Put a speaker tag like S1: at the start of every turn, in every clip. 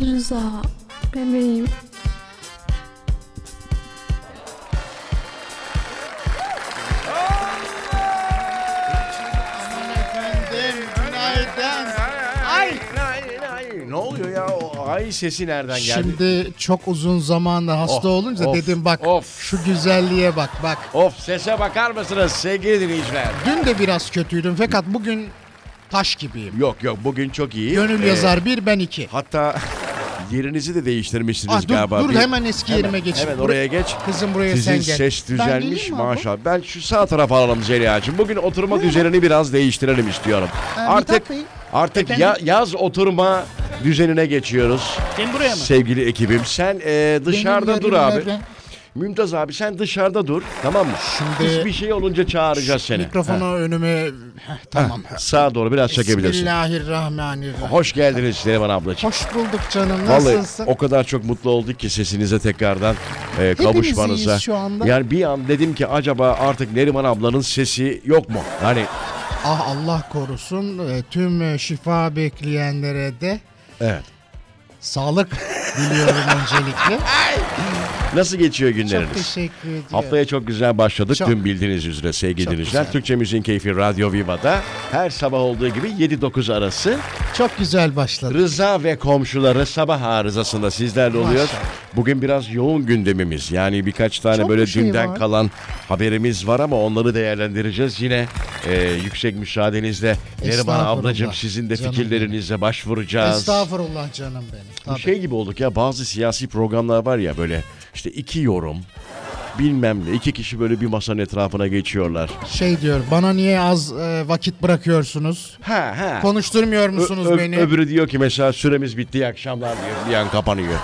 S1: Rıza, bebeğim.
S2: Efendim günaydın.
S3: Ay, ay, ay. Ne oluyor ya? O ay sesi nereden geldi?
S2: Şimdi çok uzun zamanda hasta
S3: Oh,
S2: olunca
S3: of,
S2: dedim bak
S3: of.
S2: şu güzelliğe bak bak.
S3: Of sese bakar mısınız sevgili dinleyiciler?
S2: Dün de biraz kötüydüm fakat bugün taş gibiyim.
S3: Yok yok bugün çok iyi.
S2: Gönül
S3: Ee,
S2: yazar bir ben iki.
S3: Hatta yerinizi de değiştirmişsiniz
S2: Ah, dur
S3: galiba.
S2: dur
S3: Bir-
S2: hemen eski yerime geçeyim.
S3: Hemen
S2: Bur-
S3: oraya geç.
S2: Kızım buraya
S3: Sizin şey-
S2: sen gel.
S3: ses
S2: Ben
S3: düzelmiş
S2: geleyim abi.
S3: maşallah. Ben şu sağ tarafa alalım Zeliha'cığım. Bugün oturma düzenini biraz değiştirelim istiyorum.
S2: Ee,
S3: artık
S2: Mithat Bey.
S3: artık ya- yaz oturma düzenine geçiyoruz.
S4: Sen buraya mı?
S3: Sevgili ekibim sen e, dışarıda
S2: Benim
S3: dur
S2: yerim
S3: abi.
S2: nerede?
S3: Mümtaz abi sen dışarıda dur tamam mı?
S2: Şimdi-
S3: Hiçbir şey olunca çağıracağız seni.
S2: Mikrofonu önüme Heh, tamam.
S3: Ha, Sağa doğru biraz çekebilirsin.
S2: Bismillahirrahmanirrahim.
S3: Hoş geldiniz Süleyman ablacığım.
S2: Hoş bulduk canım.
S3: Vallahi
S2: Nasılsın?
S3: o kadar çok mutlu olduk ki sesinize tekrardan e, kavuşmanıza.
S2: iyiyiz şu anda.
S3: Yani bir an dedim ki acaba artık Neriman ablanın sesi yok mu? Hani
S2: Ah Allah korusun e, tüm e, şifa bekleyenlere de
S3: evet.
S2: sağlık diliyorum öncelikle.
S3: Nasıl geçiyor günleriniz?
S2: Çok teşekkür ediyorum.
S3: Haftaya çok güzel başladık.
S2: Çok.
S3: Tüm bildiğiniz üzere sevgili
S2: Çok
S3: dinleyiciler.
S2: güzel.
S3: Türkçe Müziğin Keyfi Radyo Viva'da her sabah olduğu gibi 7-9 arası
S2: Çok güzel başladı.
S3: Rıza ve komşuları sabah arızasında sizlerle oluyor.
S2: Maşallah.
S3: Bugün biraz yoğun gündemimiz. Yani birkaç tane
S2: Çok
S3: böyle
S2: bir şey
S3: dünden
S2: var.
S3: kalan haberimiz var ama onları değerlendireceğiz. Yine e, yüksek müsaadenizle Neriman
S2: Estağfurullah.
S3: ablacığım sizin de
S2: Canım
S3: fikirlerinize başvuracağız.
S2: Estağfurullah canım benim.
S3: Bu
S2: Tabii.
S3: şey gibi olduk ya bazı siyasi programlar var ya böyle işte iki yorum bilmem ne iki kişi böyle bir masanın etrafına geçiyorlar.
S2: Şey diyor bana niye az e, vakit bırakıyorsunuz?
S3: Ha ha.
S2: Konuşturmuyor musunuz
S3: Ö- ö-
S2: beni?
S3: Öbürü diyor ki mesela süremiz bitti iyi akşamlar diyor bir an kapanıyor.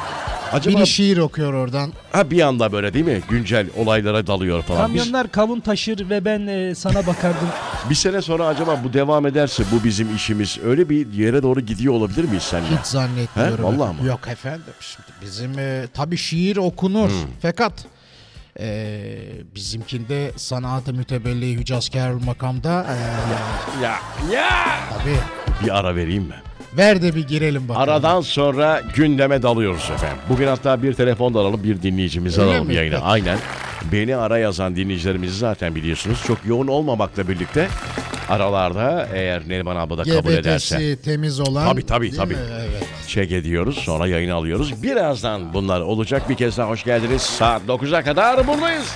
S3: Acaba
S2: Biri şiir okuyor oradan.
S3: Ha bir anda böyle değil mi? Güncel olaylara dalıyor falan. Biz,
S4: Kamyonlar kavun taşır ve ben e, sana bakardım.
S3: bir sene sonra acaba bu devam ederse bu bizim işimiz öyle bir yere doğru gidiyor olabilir miyiz seninle?
S2: Hiç zannetmiyorum.
S3: He, vallahi mi?
S2: Yok efendim. Şimdi bizim e, tabii şiir okunur.
S3: Hmm.
S2: Fakat e, bizimkinde sanatı mütebelli Hücazkar makamda e,
S3: Ya ya!
S2: tabii
S3: Bir ara vereyim mi?
S2: ver de bir girelim bakalım.
S3: Aradan sonra gündeme dalıyoruz efendim. Bugün hatta bir telefon da alalım bir dinleyicimizi
S2: Öyle
S3: alalım
S2: mi?
S3: yayına.
S2: Peki.
S3: Aynen. Beni ara yazan dinleyicilerimizi zaten biliyorsunuz. Çok yoğun olmamakla birlikte aralarda eğer Neriman abla da kabul ederse.
S2: GBT'si temiz olan.
S3: Tabii, tabii,
S2: değil
S3: tabii.
S2: mi? Evet.
S3: Çek ediyoruz sonra yayını alıyoruz. Birazdan bunlar olacak. Bir kez daha hoş geldiniz. Saat 9'a kadar buradayız.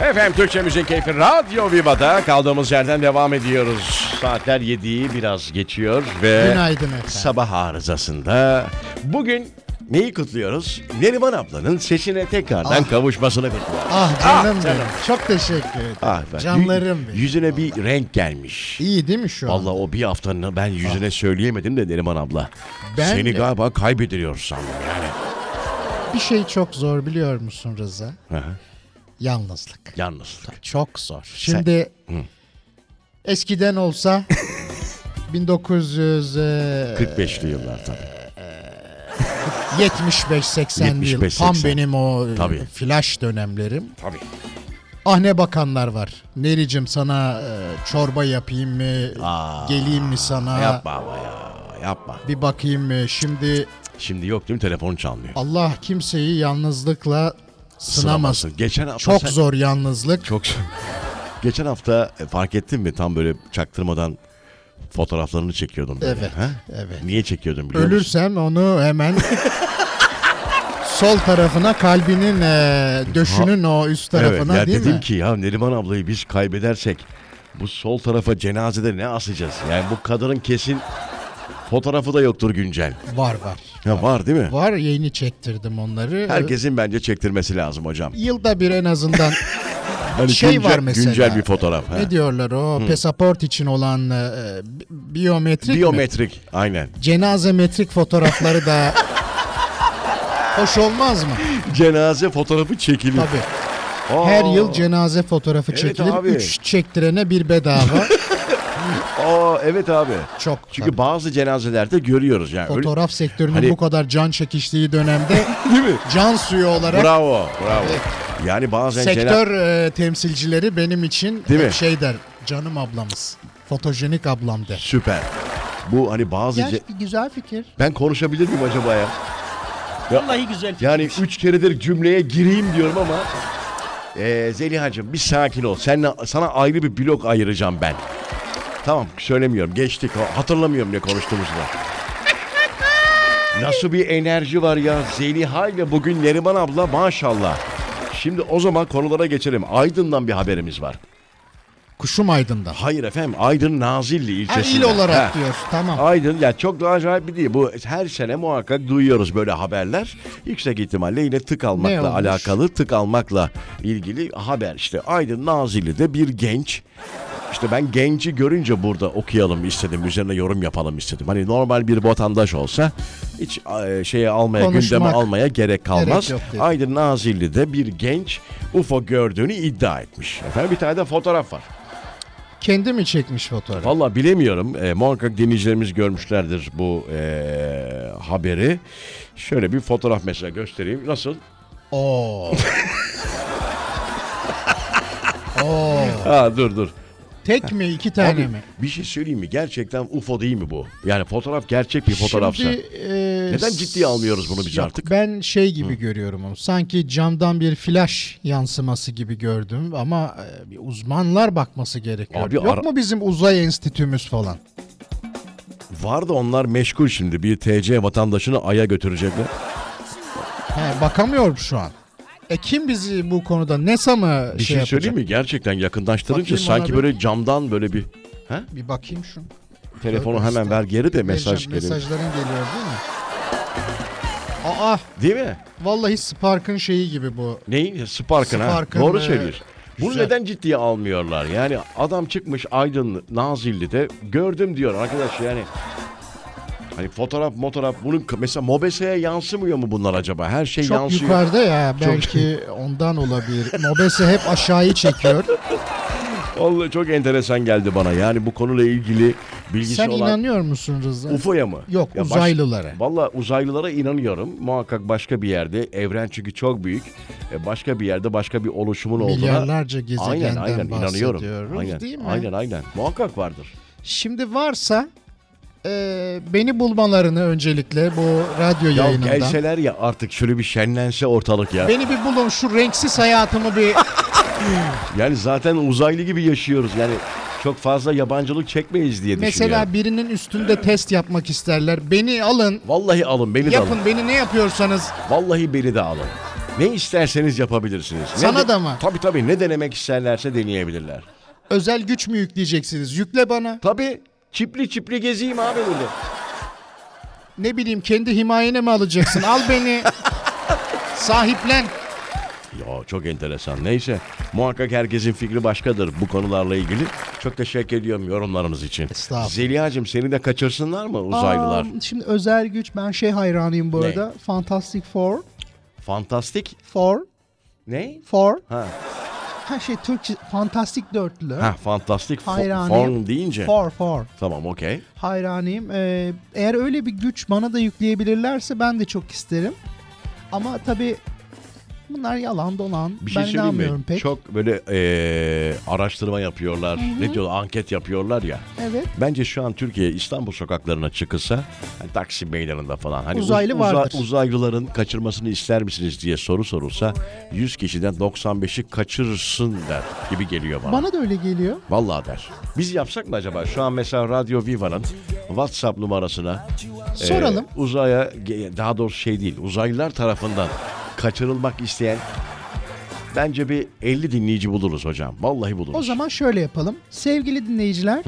S3: Efendim Türkçe Müzik Keyfi Radyo Viva'da kaldığımız yerden devam ediyoruz. Saatler 7'yi biraz geçiyor ve
S2: Günaydın efendim.
S3: sabah arızasında bugün neyi kutluyoruz? Neriman ablanın sesine tekrardan
S2: Ah.
S3: kavuşmasını kutluyoruz.
S2: Ah
S3: Ah,
S2: canım
S3: canım.
S2: benim. Çok teşekkür ederim.
S3: Ah efendim,
S2: Canlarım
S3: yü-
S2: benim.
S3: Yüzüne bir renk gelmiş.
S2: İyi değil mi şu an?
S3: Vallahi o bir haftanın ben yüzüne söyleyemedim de Neriman abla.
S2: Ah. Ben
S3: Seni
S2: de.
S3: galiba kaybediyor sandım yani.
S2: Bir şey çok zor biliyor musun Rıza?
S3: Hı.
S2: Yalnızlık.
S3: Yalnızlık.
S2: Çok zor. Şimdi eskiden olsa 1975-80
S3: 45'li yıllar tabii.
S2: 80 yıl
S3: 75-80.
S2: tam benim o e,
S3: Tabii.
S2: flash dönemlerim.
S3: Tabii.
S2: Ah ne bakanlar var. Nericim sana e, çorba yapayım mı? geleyim mi sana?
S3: Yapma ama ya. Yapma.
S2: Bir bakayım mı? Şimdi
S3: Şimdi yok değil mi? Telefon çalmıyor.
S2: Allah kimseyi yalnızlıkla sınamasın.
S3: Sınamasın. Geçen hafta
S2: Çok
S3: sen-
S2: zor yalnızlık.
S3: Çok Geçen hafta e, fark ettin mi? Tam böyle çaktırmadan fotoğraflarını çekiyordum. Böyle.
S2: Evet,
S3: ha?
S2: evet.
S3: Niye çekiyordum biliyor musun?
S2: Ölürsem onu hemen sol tarafına kalbinin e, döşünün o üst tarafına
S3: evet, ya
S2: değil
S3: dedim
S2: mi?
S3: ki ya Neriman ablayı biz kaybedersek bu sol tarafa cenazede ne asacağız? Yani bu kadının kesin fotoğrafı da yoktur güncel.
S2: Var var.
S3: Ya var değil mi?
S2: Var yeni çektirdim onları.
S3: Herkesin bence çektirmesi lazım hocam.
S2: Yılda bir en azından
S3: Hani
S2: şey
S3: güncel,
S2: var mesela.
S3: Güncel bir fotoğraf. ha.
S2: ne diyorlar o pasaport için olan e, bi- biyometrik mi?
S3: Biyometrik. Aynen.
S2: Cenaze metrik fotoğrafları da hoş olmaz mı?
S3: Cenaze fotoğrafı çekilir.
S2: Tabii.
S3: Aa,
S2: Her yıl cenaze fotoğrafı çekilir.
S3: abi.
S2: 3 Üç çektirene bir bedava.
S3: Aa, evet abi.
S2: Çok.
S3: Çünkü bazı cenazelerde görüyoruz yani. Öyle-
S2: Fotoğraf sektörünün
S3: Hani-
S2: bu kadar can çekiştiği dönemde
S3: Değil mi?
S2: can suyu olarak
S3: Bravo, bravo. Yani bazen cena-
S2: sektör e, temsilcileri benim için
S3: Değil
S2: hep
S3: mi?
S2: şey der canım ablamız. Fotojenik ablam der.
S3: Süper. Bu hani bazı...
S2: Gerçi
S3: ce-
S2: bir güzel fikir.
S3: Ben konuşabilir miyim acaba ya?
S4: Vallahi güzel.
S3: Yani üç keredir cümleye gireyim diyorum ama... Ee, Zeliha'cığım bir sakin ol. Seninle, sana ayrı bir blok ayıracağım ben. Tamam söylemiyorum. Geçtik. Hatırlamıyorum ne konuştuğumuzu da. Nasıl bir enerji var ya. Zeliha ile bugün Neriman abla maşallah. Şimdi o zaman konulara geçelim. Aydın'dan bir haberimiz var.
S5: Kuşum Aydın'da.
S3: Hayır efendim Aydın Nazilli
S5: Ha,
S3: ilçesinde.
S5: il olarak
S3: Ha.
S5: diyorsun. Tamam.
S3: Aydın ya çok da acayip bir değil. Bu her sene muhakkak duyuyoruz böyle haberler. Yüksek ihtimalle yine tık
S5: Ne
S3: almakla
S5: olmuş?
S3: alakalı, tık almakla ilgili haber işte. Aydın Nazilli'de bir genç işte ben genci görünce burada okuyalım istedim. Üzerine yorum yapalım istedim. Hani normal bir vatandaş olsa hiç e, şeye almaya,
S5: Konuşmak.
S3: gündeme almaya gerek kalmaz.
S5: Gerek yok dedi.
S3: Aydın Nazilli'de bir genç UFO gördüğünü iddia etmiş. Efendim bir tane de fotoğraf var.
S5: Kendi mi çekmiş fotoğrafı?
S3: Valla bilemiyorum. E, muhakkak dinleyicilerimiz görmüşlerdir bu e, haberi. Şöyle bir fotoğraf mesela göstereyim. Nasıl?
S5: Oo.
S3: Ha dur dur.
S5: Tek mi iki tane
S3: Abi,
S5: mi?
S3: bir şey söyleyeyim mi? Gerçekten UFO değil mi bu? Yani fotoğraf gerçek bir fotoğrafsa.
S5: e,
S3: Neden ciddiye almıyoruz bunu biz
S5: yok,
S3: artık?
S5: Ben şey gibi görüyorum onu. Sanki camdan bir flash yansıması gibi gördüm ama e, bir uzmanlar bakması gerekiyor.
S3: Abi
S5: Yok
S3: ara-
S5: mu bizim uzay enstitümüz falan?
S3: Var da onlar meşgul şimdi. Bir TC vatandaşını Ay'a götürecekler.
S5: He, bakamıyorum şu an. E kim bizi bu konuda NESA mı
S3: Bir şey,
S5: şey yapacak?
S3: söyleyeyim mi? Gerçekten yakınlaştırınca
S5: Bakayım
S3: sanki
S5: ona bir.
S3: böyle camdan böyle bir
S5: Bir bakayım şunu.
S3: telefonu
S5: Görmezden.
S3: hemen ver geri de mesaj
S5: Vereceğim,
S3: geliyor.
S5: Mesajların geliyor değil mi? Aa
S3: Değil mi?
S5: vallahi Spark'ın şeyi gibi bu.
S3: Neyin? Spark'ın ha.
S5: Spark'ın,
S3: Doğru
S5: e,
S3: söylüyorsun. Bunu
S5: güzel.
S3: neden ciddiye almıyorlar? Yani adam çıkmış Aydın Nazilli'de gördüm diyor arkadaş yani. Hani fotoğraf fotoğraf bunun mesela Mobese'ye yansımıyor mu bunlar acaba? Her şey
S5: Çok
S3: yansıyor.
S5: yukarıda ya belki ondan olabilir. Mobese hep aşağıyı çekiyor.
S3: Vallahi çok enteresan geldi bana. Yani bu konuyla ilgili bilgisi
S5: Sen
S3: olan
S5: inanıyor musun Rıza?
S3: UFO'ya mı?
S5: Yok,
S3: Ya baş-
S5: uzaylılara.
S3: Valla uzaylılara inanıyorum. Muhakkak başka bir yerde evren çünkü çok büyük. E, Başka bir yerde başka bir oluşumun olduğuna
S5: Milyarlarca gezegenden
S3: aynen, aynen, inanıyorum.
S5: bahsediyoruz
S3: Aynen,
S5: değil mi?
S3: aynen aynen. Muhakkak vardır.
S5: Şimdi varsa e, beni bulmalarını öncelikle bu radyo
S3: Ya
S5: yayınından.
S3: gelseler ya artık şöyle bir şenlense ortalık ya.
S5: Beni bir bulun şu renksiz hayatımı bir
S3: Yani zaten uzaylı gibi yaşıyoruz. Yani çok fazla yabancılık çekmeyiz diye düşünüyorum.
S5: mesela birinin üstünde test yapmak isterler. Beni alın
S3: Vallahi alın beni de alın.
S5: yapın beni ne yapıyorsanız
S3: Vallahi beni de alın. Ne isterseniz yapabilirsiniz. Ne
S5: Sana da mı?
S3: Tabii tabii ne denemek isterlerse deneyebilirler.
S5: özel güç mü yükleyeceksiniz yükle bana.
S3: Tabii çipli çipli gezeyim abi burada.
S5: Ne bileyim kendi himayene mi alacaksın al beni sahiplen.
S3: Ya çok enteresan. Neyse muhakkak herkesin fikri başkadır bu konularla ilgili. Çok teşekkür ediyorum yorumlarınız için.
S5: Estağfurullah.
S3: Zeliha'cığım seni de kaçırsınlar mı uzaylılar?
S2: Aa, şimdi özel güç ben şey hayranıyım bu
S3: Ne?
S2: arada. Fantastic Four.
S3: Fantastik.
S2: Four.
S3: Ne?
S2: Four.
S3: Ha.
S2: Her şey Türkçe. Fantastic dörtlü.
S3: Ha fantastik fo-
S2: Hayranıyım.
S3: form deyince.
S2: Four. Four.
S3: Tamam okey.
S2: Hayranıyım. Ee, eğer öyle bir güç bana da yükleyebilirlerse ben de çok isterim. Ama tabii bunlar yalan dolan.
S3: Bir şey
S2: ben
S3: söyleyeyim
S2: inanmıyorum
S3: mi?
S2: pek.
S3: Çok böyle eee, araştırma yapıyorlar. Ne diyorlar? Anket yapıyorlar ya.
S2: Evet.
S3: Bence şu an Türkiye İstanbul sokaklarına çıkılsa hani Taksim Meydanı'nda falan hani
S2: Uzaylı vardır.
S3: uzaylıların kaçırmasını ister misiniz diye soru sorulsa 100 kişiden 95'i kaçırsın der gibi geliyor bana.
S2: Bana da öyle geliyor.
S3: Vallahi der. Biz yapsak mı acaba? Şu an mesela Radyo Viva'nın WhatsApp numarasına e,
S2: Soralım.
S3: uzaya ge- daha doğrusu şey değil. Uzaylılar tarafından kaçırılmak isteyen bence bir 50 dinleyici buluruz hocam. Vallahi buluruz.
S2: O zaman şöyle yapalım. Sevgili dinleyiciler.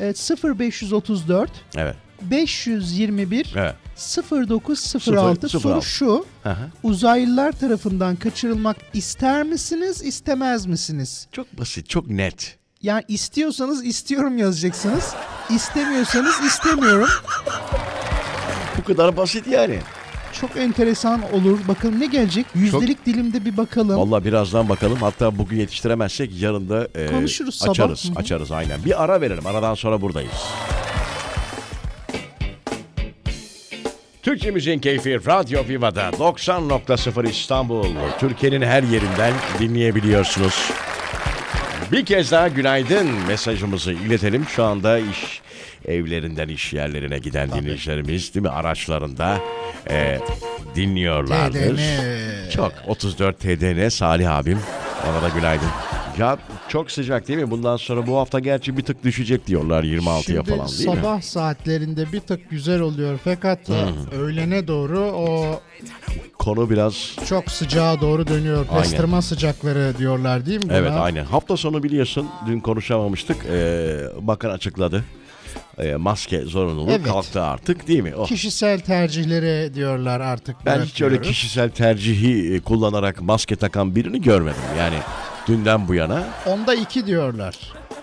S2: e, 0534
S3: evet.
S2: 521
S3: Evet.
S2: 0906
S3: Sıfır-
S2: soru
S3: sıfır
S2: şu.
S3: Hı hı.
S2: Uzaylılar tarafından kaçırılmak ister misiniz, istemez misiniz?
S3: Çok basit, çok net.
S2: Yani istiyorsanız istiyorum yazacaksınız. İstemiyorsanız istemiyorum.
S3: Bu kadar basit yani.
S2: Çok enteresan olur. Bakalım ne gelecek? Yüzdelik dilimde bir bakalım.
S3: Vallahi birazdan bakalım. Hatta bugün yetiştiremezsek yarın da e,
S2: Konuşuruz sabah.
S3: açarız.
S2: Hı hı.
S3: Açarız aynen. Bir ara verelim. Aradan sonra buradayız. Türkçe Müziğin Keyfi Radyo Viva'da 90.0 İstanbul. Türkiye'nin her yerinden dinleyebiliyorsunuz. Bir kez daha günaydın mesajımızı iletelim. Şu anda iş evlerinden iş yerlerine giden dinleyicilerimiz değil mi araçlarında e, dinliyorlardır.
S2: TDN.
S3: Çok 34 TDN Salih abim ona da günaydın. Ya çok sıcak değil mi? Bundan sonra bu hafta gerçi bir tık düşecek diyorlar 26'ya
S2: Şimdi
S3: falan değil mi?
S2: sabah saatlerinde bir tık güzel oluyor fakat öğlene doğru o
S3: Konu biraz
S2: çok sıcağa doğru dönüyor.
S3: Aynen.
S2: Pastırma sıcakları diyorlar değil mi buna?
S3: Evet aynen. Hafta sonu biliyorsun dün konuşamamıştık. Ee, bakan açıkladı. Ee, maske zorunluluğu
S2: Evet.
S3: kalktı artık değil mi? Oh.
S2: Kişisel tercihlere diyorlar artık.
S3: Ben hiç öyle
S2: bırakıyoruz.
S3: kişisel tercihi e, kullanarak maske takan birini görmedim. Yani dünden bu yana.
S2: Onda iki diyorlar.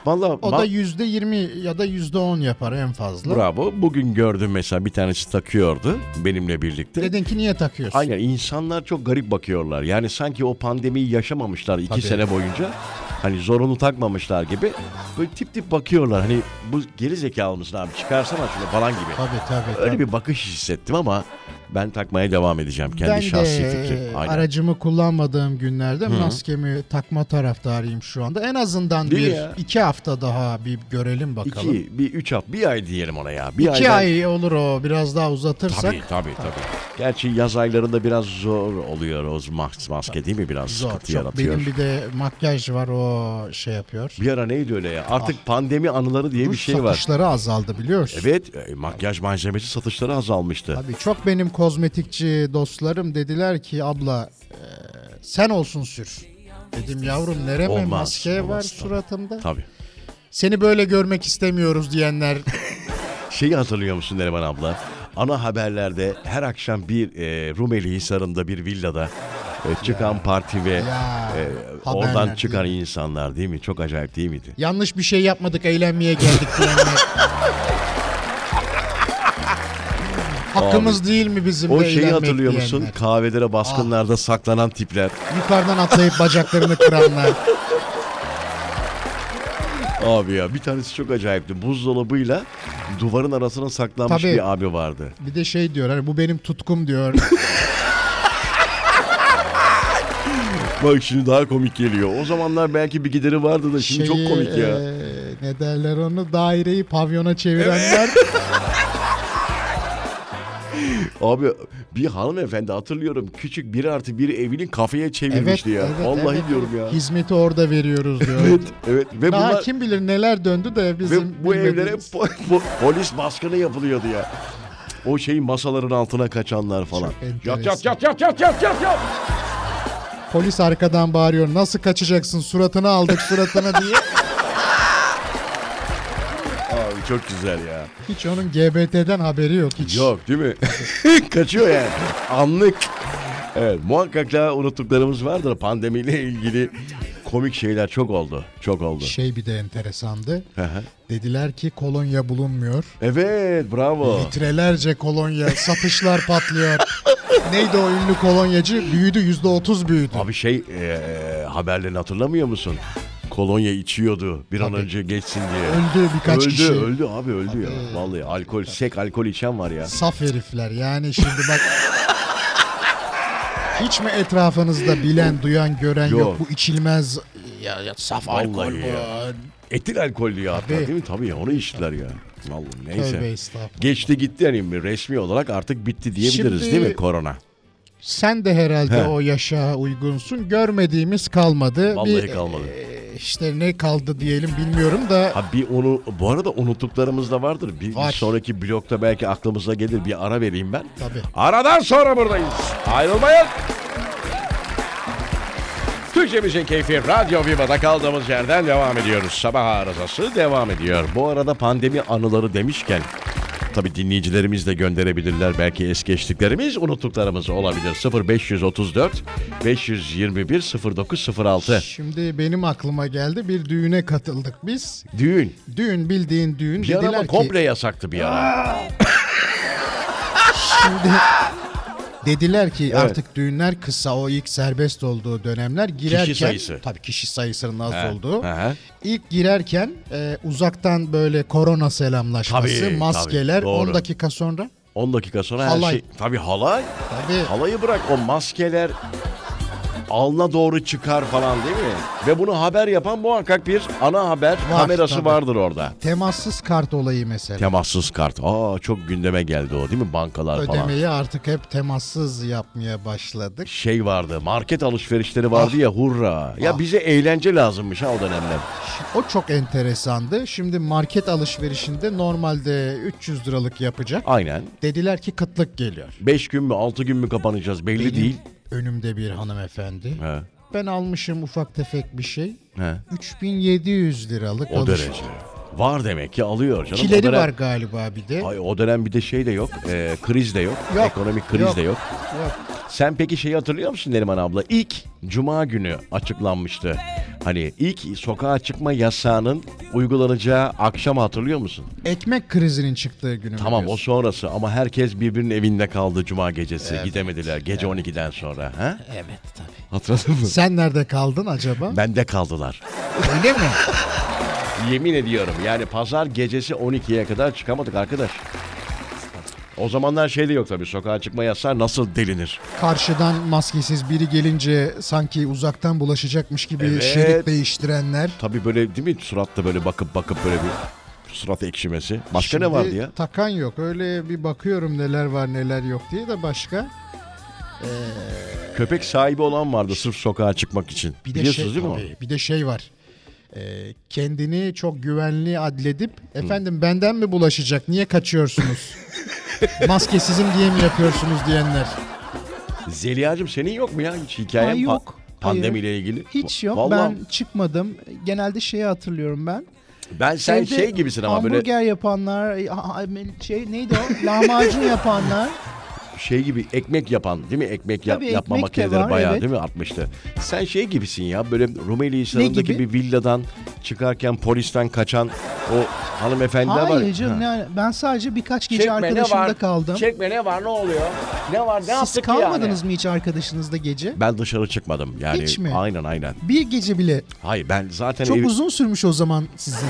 S3: Valla
S2: O
S3: ma-
S2: da yüzde yirmi ya da yüzde on yapar en fazla.
S3: bravo. Bugün gördüm mesela bir tanesi takıyordu benimle birlikte.
S2: Dedin ki niye takıyorsun?
S3: Aynen insanlar çok garip bakıyorlar. Yani sanki o pandemiyi yaşamamışlar iki
S2: Tabii.
S3: sene boyunca. Hani zorunu takmamışlar gibi. Böyle tip tip bakıyorlar. Hani bu geri zekalı mısın abi çıkarsana şunu falan gibi.
S2: Tabii tabii.
S3: Öyle
S2: tabii.
S3: bir bakış hissettim ama ben takmaya devam edeceğim kendi
S2: ben
S3: şahsi
S2: de
S3: fikrim.
S2: e,
S3: Aynen.
S2: aracımı kullanmadığım günlerde maskemi takma taraftarıyım şu anda. En azından
S3: Değil mi
S2: bir
S3: ya?
S2: iki hafta daha bir görelim bakalım. İki,
S3: İki, bir üç hafta, bir ay diyelim ona ya. Bir aydan-
S2: ay olur o biraz daha uzatırsak.
S3: Tabii, tabii, tabii. Gerçi yaz aylarında biraz zor oluyor o mas- maske değil mi? Biraz
S2: Zor
S3: sıkıntı
S2: çok.
S3: yaratıyor.
S2: Benim bir de makyaj var o şey yapıyor.
S3: Bir ara neydi öyle ya? Artık
S2: Ah.
S3: pandemi anıları diye bir
S2: Ruj
S3: şey var.
S2: satışları azaldı biliyorsun.
S3: Evet, e, makyaj malzemesi satışları azalmıştı.
S2: Tabii çok benim kozmetikçi dostlarım dediler ki abla e, sen olsun sür. Dedim yavrum nereme
S3: Olmaz,
S2: maske
S3: olmaz,
S2: var
S3: tabii.
S2: suratımda.
S3: Tabii.
S2: Seni böyle görmek istemiyoruz diyenler
S3: Şeyi hatırlıyor musun Neriman abla? Ana haberlerde her akşam bir e, Rumeli Hisarı'nda bir villada e, çıkan parti ve
S2: Ya,
S3: e,
S2: haberler
S3: oradan
S2: değil
S3: çıkan
S2: mi?
S3: insanlar değil mi? Çok acayip değil miydi?
S2: yanlış bir şey yapmadık eğlenmeye geldik diyenler. Hakkımız değil mi bizim
S3: O
S2: de
S3: şeyi
S2: eğlenmek
S3: hatırlıyor musun?
S2: diyenler?
S3: Kahvelere baskınlarda saklanan tipler.
S2: Yukarıdan atlayıp bacaklarını kıranlar.
S3: Abi ya bir tanesi çok acayipti. Buzdolabıyla duvarın arasına saklanmış
S2: Tabii.
S3: bir abi vardı.
S2: Bir de şey diyor hani bu benim tutkum diyor.
S3: Bak şimdi daha komik geliyor. O zamanlar belki bir gideri vardı da
S2: Şeyi,
S3: şimdi çok komik ya.
S2: e, ne derler onu daireyi pavyona çevirenler.
S3: Abi bir hanımefendi hatırlıyorum küçük bir artı bir evinin kafeye
S2: Evet,
S3: çevirmişti ya.
S2: evet,
S3: Vallahi
S2: evet.
S3: diyorum ya.
S2: Hizmeti orada veriyoruz diyor.
S3: Evet, evet. Ve
S2: Daha
S3: bunlar
S2: kim bilir neler döndü de bizim
S3: ve bu evlere
S2: bilmediğimiz.
S3: po- po- polis baskını yapılıyordu ya. O şeyin masaların altına kaçanlar falan. Yat yat
S2: enteresan.
S3: yat yat yat yat yat yat.
S2: polis arkadan bağırıyor. Nasıl kaçacaksın? Suratını aldık suratını diye.
S3: Abi çok güzel ya.
S2: Hiç onun GBT'den haberi yok hiç.
S3: Yok değil mi? Kaçıyor yani. Anlık. Evet muhakkak daha unuttuklarımız vardır pandemiyle ilgili. Komik şeyler çok oldu. Çok oldu.
S2: Şey bir de enteresandı.
S3: Hı hı.
S2: Dediler ki kolonya bulunmuyor.
S3: evet bravo.
S2: Litrelerce kolonya, satışlar patlıyor. Neydi o ünlü kolonyacı? Büyüdü, yüzde otuz büyüdü.
S3: Abi şey eee, haberlerini hatırlamıyor musun? Kolonya içiyordu bir an
S2: Tabii.
S3: önce geçsin diye.
S2: Öldü birkaç
S3: öldü,
S2: kişi.
S3: öldü abi öldü ya. Vallahi alkol, sek alkol içen var ya.
S2: Saf herifler yani şimdi bak. Hiç mi etrafınızda bilen, duyan, gören yok,
S3: Yok.
S2: bu içilmez ya, ya saf alkol
S3: Vallahi
S2: bu.
S3: ya. Etil alkollü ya hatta
S2: Tabii.
S3: değil mi? Tabii ya onu içtiler ya. Vallahi neyse.
S2: Tövbe estağfurullah.
S3: Geçti gitti yani bir resmi olarak artık bitti diyebiliriz
S2: Şimdi-
S3: değil mi korona?
S2: Sen de herhalde o yaşa uygunsun. Görmediğimiz kalmadı.
S3: Vallahi
S2: Bir,
S3: kalmadı.
S2: e, işte ne kaldı diyelim bilmiyorum da
S3: Ha bir onu bu arada unuttuklarımız da vardır. Bir, bir
S2: Var.
S3: sonraki blokta belki aklımıza gelir. Bir ara vereyim ben.
S2: Tabii.
S3: Aradan sonra buradayız. Ayrılmayın. Türkçemizin keyfi Radyo Viva'da kaldığımız yerden devam ediyoruz. Sabah arızası devam ediyor. Bu arada pandemi anıları demişken tabi dinleyicilerimiz de gönderebilirler. Belki es geçtiklerimiz unuttuklarımız olabilir. 0534 521 0906
S2: şimdi benim aklıma geldi. Bir düğüne katıldık biz.
S3: Düğün.
S2: Düğün bildiğin düğün.
S3: Bir ara
S2: Dediler
S3: ama
S2: ki
S3: komple yasaktı bir ara.
S2: şimdi dediler ki artık düğünler kısa o ilk serbest olduğu dönemler girerken
S3: sayısı.
S2: tabii kişi sayısının az
S3: He,
S2: olduğu.
S3: he.
S2: İlk girerken e, uzaktan böyle korona selamlaşması,
S3: Tabii,
S2: maskeler
S3: tabii, doğru.
S2: 10 dakika sonra
S3: 10 dakika sonra her
S2: Halay.
S3: şey... Tabii halay.
S2: tabii
S3: Halayı bırak o maskeler. alna doğru çıkar falan değil mi? Ve bunu haber yapan muhakkak bir ana haber kamerası
S2: tabii.
S3: vardır orada.
S2: Temassız kart olayı mesela.
S3: Temassız kart. Aa çok gündeme geldi o değil mi? Bankalar falan.
S2: Ödemeyi artık hep temassız yapmaya başladık.
S3: Şey vardı. Market alışverişleri vardı ya hurra.
S2: Ah.
S3: Ya bize eğlence lazımmış ha o dönemler.
S2: O çok enteresandı. Şimdi market alışverişinde normalde 300 liralık yapacak.
S3: Aynen.
S2: Dediler ki kıtlık geliyor.
S3: 5 gün mü 6 gün mü kapanacağız belli
S2: Benim
S3: değil.
S2: Önümde bir hanımefendi.
S3: He.
S2: Ben almışım ufak tefek bir şey.
S3: He.
S2: 3700 liralık
S3: O
S2: alışveriş.
S3: derece. Var demek ki alıyor canım. o
S2: Kileri
S3: dönem,
S2: var galiba bir de.
S3: Ay, o dönem bir de şey de yok. e, kriz de yok.
S2: Yok,
S3: Ekonomik kriz
S2: yok,
S3: de yok.
S2: Yok.
S3: Sen peki şeyi hatırlıyor musun Neriman abla? İlk cuma günü açıklanmıştı. Hani ilk sokağa çıkma yasağının uygulanacağı akşamı hatırlıyor musun?
S2: Ekmek krizinin çıktığı günü.
S3: Tamam o
S2: biliyorsun.
S3: sonrası ama herkes birbirinin evinde kaldı cuma gecesi. Gidemediler gece 12'den sonra. Ha?
S5: Evet tabii.
S3: Hatırladın mı?
S2: Sen nerede kaldın acaba?
S3: Bende kaldılar.
S5: Öyle mi?
S3: Yemin ediyorum yani pazar gecesi 12'ye kadar çıkamadık arkadaş. O zamanlar şey de yok tabii sokağa çıkma yasağı nasıl delinir?
S2: Karşıdan maskesiz biri gelince sanki uzaktan bulaşacakmış gibi
S3: Evet.
S2: şerit değiştirenler.
S3: Tabii böyle değil mi suratta böyle bakıp bakıp böyle bir surat ekşimesi. Başka ne
S2: Şimdi
S3: vardı ya?
S2: Takan yok. Öyle bir bakıyorum neler var neler yok diye de başka.
S3: Köpek sahibi olan vardı sırf sokağa çıkmak için.
S2: Bir de
S3: Biliyorsunuz
S2: şey,
S3: değil mi o?
S2: tabii, Bir de şey var. Ee, kendini çok güvenli adledip efendim benden mi bulaşacak? Niye kaçıyorsunuz? Maskesizim diye mi yapıyorsunuz diyenler.
S3: Zeliha'cığım senin yok mu ya hiç hikayen?
S2: Ay
S3: pa-
S2: yok, hayır.
S3: Pandemiyle ilgili.
S6: Hiç yok.
S3: Vallahi
S6: Ben çıkmadım. Genelde şeyi hatırlıyorum ben.
S3: ben, sen
S6: Evde
S3: şey gibisin ama böyle
S6: Hamburger yapanlar, e, a- a- şey neydi o? Lahmacun yapanlar.
S3: şey gibi ekmek yapan değil mi? Ekmek yap,
S6: Tabii
S3: yapma
S6: ekmek de
S3: makineleri
S6: var,
S3: bayağı
S6: evet.
S3: değil mi? Artmıştı. Sen şey gibisin ya böyle Rumeli
S6: gibi?
S3: Hisarı'ndaki bir villadan çıkarken polisten kaçan o hanımefendi var.
S6: Hayır
S3: Ha.
S6: canım yani ben sadece birkaç gece arkadaşımda kaldım.
S7: Çekme ne var ne oluyor? Ne var ne
S6: Siz
S7: yaptık ki yani?
S6: kalmadınız mı hiç arkadaşınızda gece?
S3: Ben dışarı çıkmadım yani.
S6: Hiç mi?
S3: Aynen aynen.
S6: Bir gece bile.
S3: Hayır ben zaten
S6: Çok
S3: ev-
S6: uzun sürmüş o zaman sizin.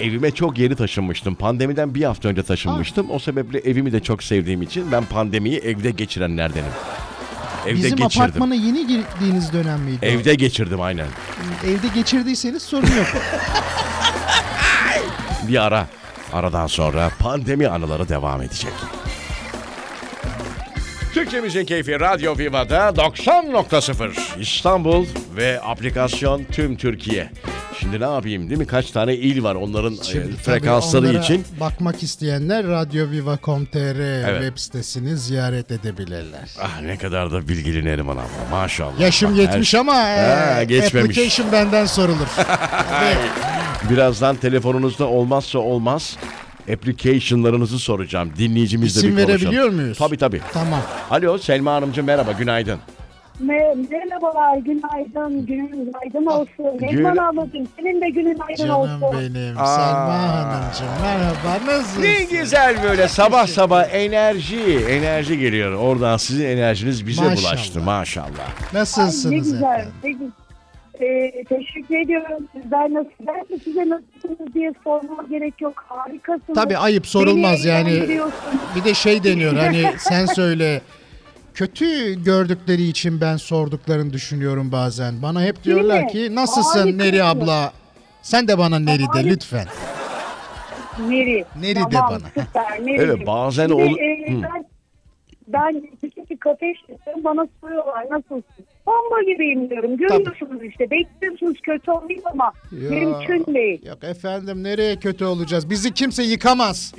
S3: evime çok yeni taşınmıştım. Pandemiden bir hafta önce taşınmıştım.
S2: Ah.
S3: O sebeple evimi de çok sevdiğim için ben pandemiyi evde geçirenlerdenim. Evde
S6: Bizim
S3: geçirdim.
S6: apartmana yeni girdiğiniz dönem miydi? o?
S3: Evde geçirdim aynen.
S6: Evde geçirdiyseniz sorun yok.
S3: Bir ara. Aradan sonra pandemi anıları devam edecek. Türkçemizin keyfi Radyo Viva'da 90.0 İstanbul ve aplikasyon tüm Türkiye. Şimdi ne yapayım değil mi? Kaç tane il var onların e,
S2: Şimdi
S3: frekansları
S2: tabii onlara
S3: için.
S2: bakmak isteyenler radyoviva.com.tr
S3: Evet.
S2: web sitesini ziyaret edebilirler.
S3: Ah ne kadar da bilgili Neriman abla maşallah.
S2: Yaşım
S3: Bak, her
S2: 70 ama
S3: Ha,
S2: e,
S3: geçmemiş.
S2: application benden sorulur.
S3: Birazdan telefonunuzda olmazsa olmaz application'larınızı soracağım. Dinleyicimizle
S2: İsim
S3: bir konuşalım.
S2: verebiliyor muyuz?
S3: Tabii tabii.
S2: tamam.
S3: Alo Selma Hanımcığım merhaba günaydın.
S8: Me- Merhabalar, günaydın, gününüz aydın olsun. Neriman ablacığım, senin de günün aydın
S2: Ah, Canım
S8: olsun.
S2: benim Selma Hanımcığım merhaba nasılsın?
S3: Ne güzel böyle sabah sabah enerji, enerji geliyor. Oradan sizin enerjiniz bize
S2: Maşallah.
S3: bulaştı maşallah.
S2: Nasılsınız
S8: Ne güzel,
S2: efendim?
S8: ne güzel. Ee, teşekkür ediyorum. Sizler nasıl? Ben de size nasılsınız diye sormama gerek yok. Harikasınız.
S2: Tabii ayıp sorulmaz
S8: Beni
S2: yani.
S8: eğlendiriyorsunuz.
S2: Bir de şey deniyor hani sen söyle. Kötü gördükleri için ben sorduklarını düşünüyorum bazen. Bana hep diyorlar
S8: mi?
S2: ki nasılsın
S8: Harikasın.
S2: Neri abla? Sen de bana Neri de
S8: Harika.
S2: lütfen.
S8: Neri.
S2: Neri de
S8: tamam,
S2: bana.
S8: Süper, Neri.
S3: Evet bazen
S8: Bir de,
S3: ol...
S8: e,
S3: Hı.
S8: ben, ben küçük bir kafe işletiyorum. Bana soruyorlar nasılsın? Bomba gibiyim diyorum. Görüyorsunuz işte. Bekliyorsunuz kötü olmayayım ama
S2: Ya.
S8: mümkün değil.
S2: Yok efendim nereye kötü olacağız? Bizi kimse yıkamaz.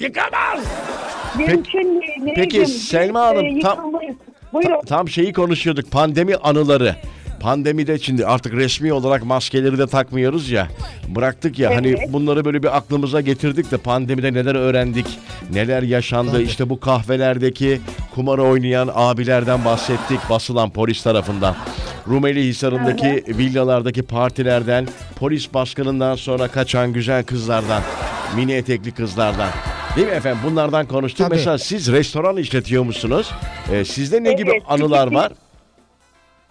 S8: Mümkün değil. Nereye
S3: peki
S8: gidiyorum?
S3: Selma
S8: Biz,
S3: Hanım,
S8: e,
S3: tam-
S8: yıkamayız. Buyurun.
S3: Tam şeyi konuşuyorduk pandemi anıları. Pandemide şimdi artık resmi olarak maskeleri de takmıyoruz ya. Bıraktık ya hani
S8: Evet.
S3: bunları böyle bir aklımıza getirdik de pandemide neler öğrendik, neler yaşandı. İşte bu kahvelerdeki kumar oynayan abilerden bahsettik basılan polis tarafından. Rumeli Hisarı'ndaki villalardaki partilerden, polis baskınından sonra kaçan güzel kızlardan, mini etekli kızlardan. Değil mi efendim? Bunlardan konuştuk.
S2: Tabii.
S3: Mesela siz restoran işletiyor musunuz? Ee, sizde ne
S8: Evet,
S3: gibi anılar
S8: bizim-
S3: var?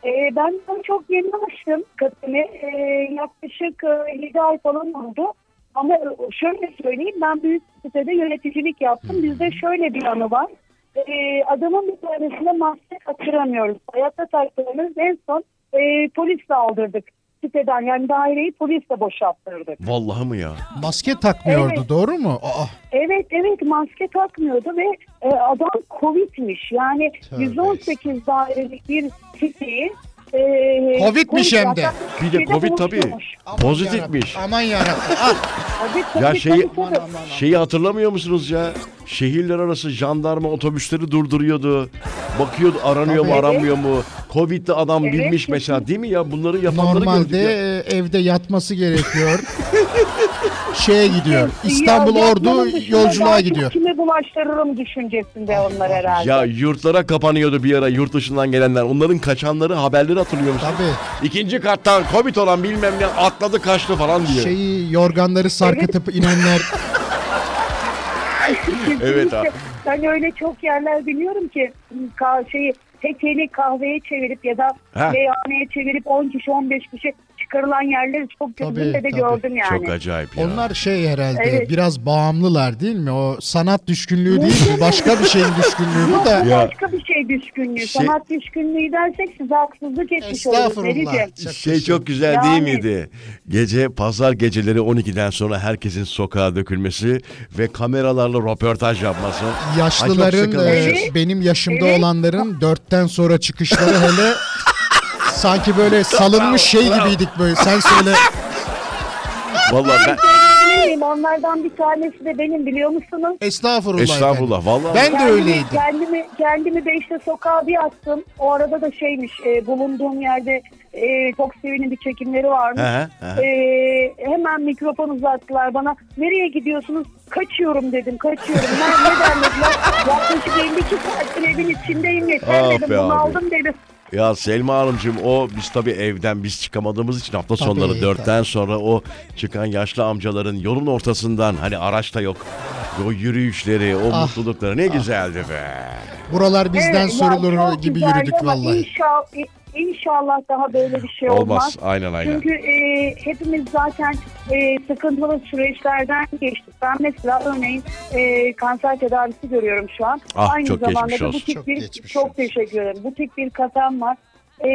S8: Ee, ben daha çok yeni açtım katını. Ee, yaklaşık e, 7 ay falan oldu. Ama e, şöyle söyleyeyim ben büyük bir sitede yöneticilik yaptım. Bizde şöyle bir anı var. E, Ee, adamın bir tanesine maske taktıramıyoruz. Hayatta taktıramıyoruz. En son e, polisle aldırdık. Siteden yani daireyi polisle boşalttırdık.
S3: Vallahi mi ya?
S2: Maske takmıyordu
S8: Evet.
S2: doğru mu? Aa,
S8: Evet evet maske takmıyordu ve e, adam Covid'miş. Yani
S2: Tövbe
S8: 118 dairelik bir siteyi e,
S2: Covid'miş hem de.
S8: atlatmış
S3: Bir de
S8: şeyde
S3: Covid tabii.
S8: buluşturmuş.
S3: Pozitifmiş.
S2: aman yarabbim. Ah,
S8: Tabii, tabii,
S3: Ya şey-
S8: tabii,
S3: şeyi-
S8: tabii.
S3: Şeyi hatırlamıyor musunuz ya? Şehirler arası jandarma otobüsleri durduruyordu. Bakıyordu aranıyor mu
S2: Tabii.
S3: aranmıyor mu? Covid'li adam
S8: Evet,
S3: bilmiş
S8: kesin.
S3: mesela değil mi ya? Bunları yapanları gördük
S2: Normalde
S3: ya.
S2: e, evde yatması gerekiyor. Şeye gidiyor. İstanbul
S8: Ya,
S2: Ordu
S8: yapmanın dışında
S2: yolculuğa
S8: ben
S2: gidiyor. Ah,
S8: Kime bulaştırırım düşüncesinde onlar herhalde.
S3: Ya yurtlara kapanıyordu bir ara yurt dışından gelenler. Onların kaçanları haberleri hatırlıyor musun?
S2: Tabii.
S3: İkinci kattan Covid olan bilmem ne atladı kaçtı falan diye.
S2: Şeyi yorganları sarkıtıp inenler.
S8: Kesinlikle.
S3: Evet ah. abi.
S8: Ben öyle çok yerler biliyorum ki ka- şeyi tekeli kahveye çevirip ya da
S3: Ha.
S8: meyhaneye çevirip 10 kişi 15 kişi çıkarılan yerleri çok
S2: Tabii,
S8: gözümde de
S2: tabii.
S8: gördüm yani.
S3: Çok acayip ya.
S2: Onlar şey herhalde
S8: Evet.
S2: biraz bağımlılar değil mi? O sanat düşkünlüğü değil mi? Başka bir şeyin düşkünlüğü bu da.
S3: Ya.
S8: Başka bir şey düşkünlüğü.
S3: Şey-
S8: Sanat düşkünlüğü dersek size haksızlık etmiş oluruz.
S2: Estağfurullah.
S8: Melih'ciğim.
S3: Şey çok güzel
S8: Yani.
S3: değil miydi? Gece pazar geceleri 12'den sonra herkesin sokağa dökülmesi ve kameralarla röportaj yapması. Ay çok
S2: Yaşlıların
S3: sıkılmışız.
S2: e,
S8: Evet.
S2: benim yaşımda
S8: Evet.
S2: olanların dörtten sonra çıkışları hele sanki böyle salınmış şey gibiydik böyle. Sen söyle.
S3: Vallahi ben
S8: Bilmiyorum, Onlardan bir tanesi de benim biliyor musunuz?
S2: Estağfurullah. efendim.
S3: estağfurullah vallahi
S2: Ben de
S8: Kendimi-
S2: öyleydim.
S8: Kendimi, kendimi beşte sokağa bir attım. O arada da şeymiş e, bulunduğum yerde e, Fox TV'nin bir çekimleri varmış.
S3: He, he.
S8: E, hemen mikrofon uzattılar bana. Nereye gidiyorsunuz? Kaçıyorum dedim. Kaçıyorum. Ne, neden dediler? Yaklaşık 52 saattir evin içindeyim yeter
S3: Ah
S8: dedim.
S3: be
S8: Bunu
S3: abi.
S8: aldım dedim.
S3: Ya Selma Hanımcığım o biz tabii evden biz çıkamadığımız için hafta sonları dörtten sonra o çıkan yaşlı amcaların yolun ortasından hani araçta yok o yürüyüşleri, o
S2: Ah.
S3: mutlulukları ne güzeldi be.
S2: Buralar bizden
S8: Evet,
S2: sorulur
S8: yani çok
S2: gibi
S8: güzeldi
S2: yürüdük
S8: ama
S2: vallahi.
S8: Inşallah, inşallah daha böyle bir şey
S3: Olmaz.
S8: olmaz.
S3: Aynen aynen.
S8: Çünkü e, hepimiz zaten e, sıkıntılı süreçlerden geçtik. Ben mesela örneğin e, kanser tedavisi görüyorum şu an.
S3: Ah,
S8: Aynı
S3: çok
S8: zamanda
S3: geçmiş
S8: da bu
S3: olsun.
S8: tip
S2: Çok
S8: bir
S2: geçmiş
S8: çok
S2: olsun.
S8: teşekkür ederim. Bu tip bir kazan var. E,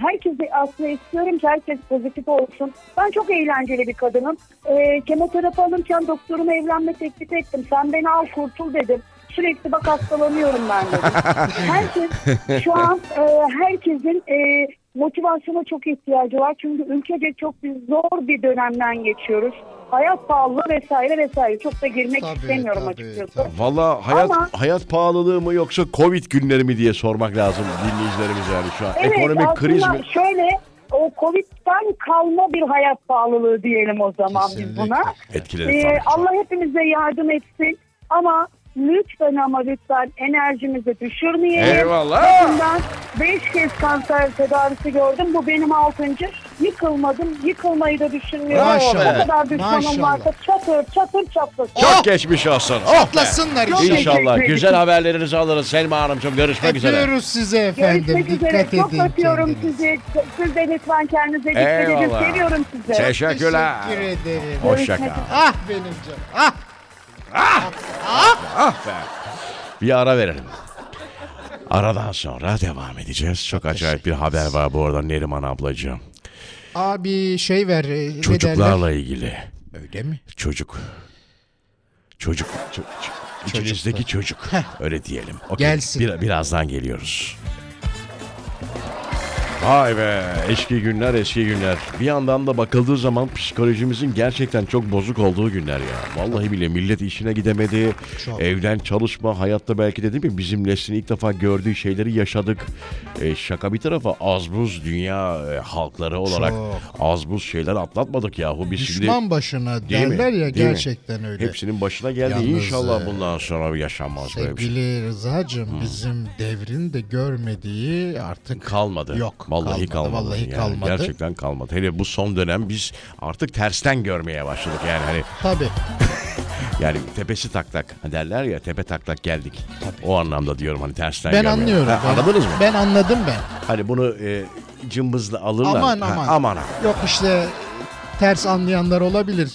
S8: herkese aslında istiyorum ki herkes pozitif olsun. Ben çok eğlenceli bir kadınım. E, kemoterapi alırken doktoruma evlenme teklif ettim. Sen beni al kurtul dedim. Sürekli bak hastalanıyorum ben dedim. Herkes şu an e, herkesin e, motivasyona çok ihtiyacı var. Çünkü ülkece çok bir zor bir dönemden geçiyoruz. Hayat pahalı vesaire vesaire. Çok da girmek
S2: Tabii,
S8: istemiyorum
S2: tabii,
S8: açıkçası.
S2: tabii.
S3: Vallahi hayat
S8: Ama-
S3: hayat pahalılığı mı yoksa Covid günleri mi diye sormak lazım dinleyicilerimiz yani şu an.
S8: Evet şey-
S3: Ekonomik kriz
S8: aslında
S3: mi?
S8: şöyle o Covid'den kalma bir hayat pahalılığı diyelim o zaman
S2: Kesinlikle.
S8: biz buna.
S3: Etkiledi
S8: Ee,
S3: tabii.
S8: Allah hepimize yardım etsin. Ama lütfen ama lütfen enerjimizi düşürmeyelim.
S3: Eyvallah.
S8: Ben 5 kez kanser tedavisi gördüm. Bu benim 6. Yıkılmadım. Yıkılmayı da düşünmüyorum.
S2: Maşallah.
S8: O kadar düşmanım
S2: Maşallah.
S8: varsa çatır çatır çatlasın.
S3: Çok geçmiş olsun. Oh be.
S2: Atlasınlar inşallah.
S3: İnşallah.
S8: teşekkür
S3: Güzel haberlerinizi alırız Selma Hanımcığım. Görüşmek üzere.
S2: Öpüyoruz sizi efendim.
S8: Görüşmek üzere.
S2: Dikkat
S8: Çok
S2: edin
S8: öpüyorum
S2: kendinize.
S8: sizi. Siz de lütfen kendinize dikkat edin.
S3: Eyvallah.
S8: Seviyorum sizi.
S3: Teşekkürler.
S2: Teşekkür ederim.
S3: Hoşça kal.
S8: Görüşmek
S2: Ah benim canım. Ah.
S3: Bir ara verelim. Aradan sonra devam edeceğiz. Çok acayip bir haber var bu arada Neriman ablacığım.
S2: Abi şey ver. e, ne derler?
S3: Çocuklarla ilgili.
S2: Öyle mi?
S3: Çocuk. Çocuk. Ço- ço- İçinizdeki çocuk. Öyle diyelim. Okey.
S2: Gelsin.
S3: Bir- birazdan geliyoruz. Vay be eski günler eski günler. Bir yandan da bakıldığı zaman psikolojimizin gerçekten çok bozuk olduğu günler ya. Vallahi bile millet işine gidemedi. Evden çalışma hayatta belki de değil mi bizim neslin ilk defa gördüğü şeyleri yaşadık. E, şaka bir tarafa az buz dünya e, halkları olarak az buz şeyler atlatmadık yahu. Biz şimdi-
S2: Düşman başına
S3: Değil mi?
S2: derler ya
S3: Değil mi?
S2: gerçekten öyle.
S3: Hepsinin başına geldi.
S2: Yalnız,
S3: İnşallah
S2: e,
S3: bundan sonra yaşanmaz böyle bir şey.
S2: Sevgili Rıza'cığım bizim devrin de görmediği artık
S3: Kalmadı.
S2: Yok,
S3: Vallahi kalmadı.
S2: kalmadı, vallahi
S3: yani.
S2: kalmadı.
S3: Gerçekten kalmadı. Hele bu son dönem biz artık tersten görmeye başladık. Yani hani
S2: tabii
S3: yani tepesi tak tak derler ya tepe tak tak geldik. O anlamda diyorum hani tersten
S2: ben
S3: görmeye.
S2: anlıyorum.
S3: Ha,
S2: ben,
S3: anladınız mı?
S2: Ben anladım ben.
S3: Hani bunu e, cımbızla alırlar.
S2: Aman,
S3: Ha,
S2: aman.
S3: aman. ha.
S2: Yok işte ters anlayanlar olabilir.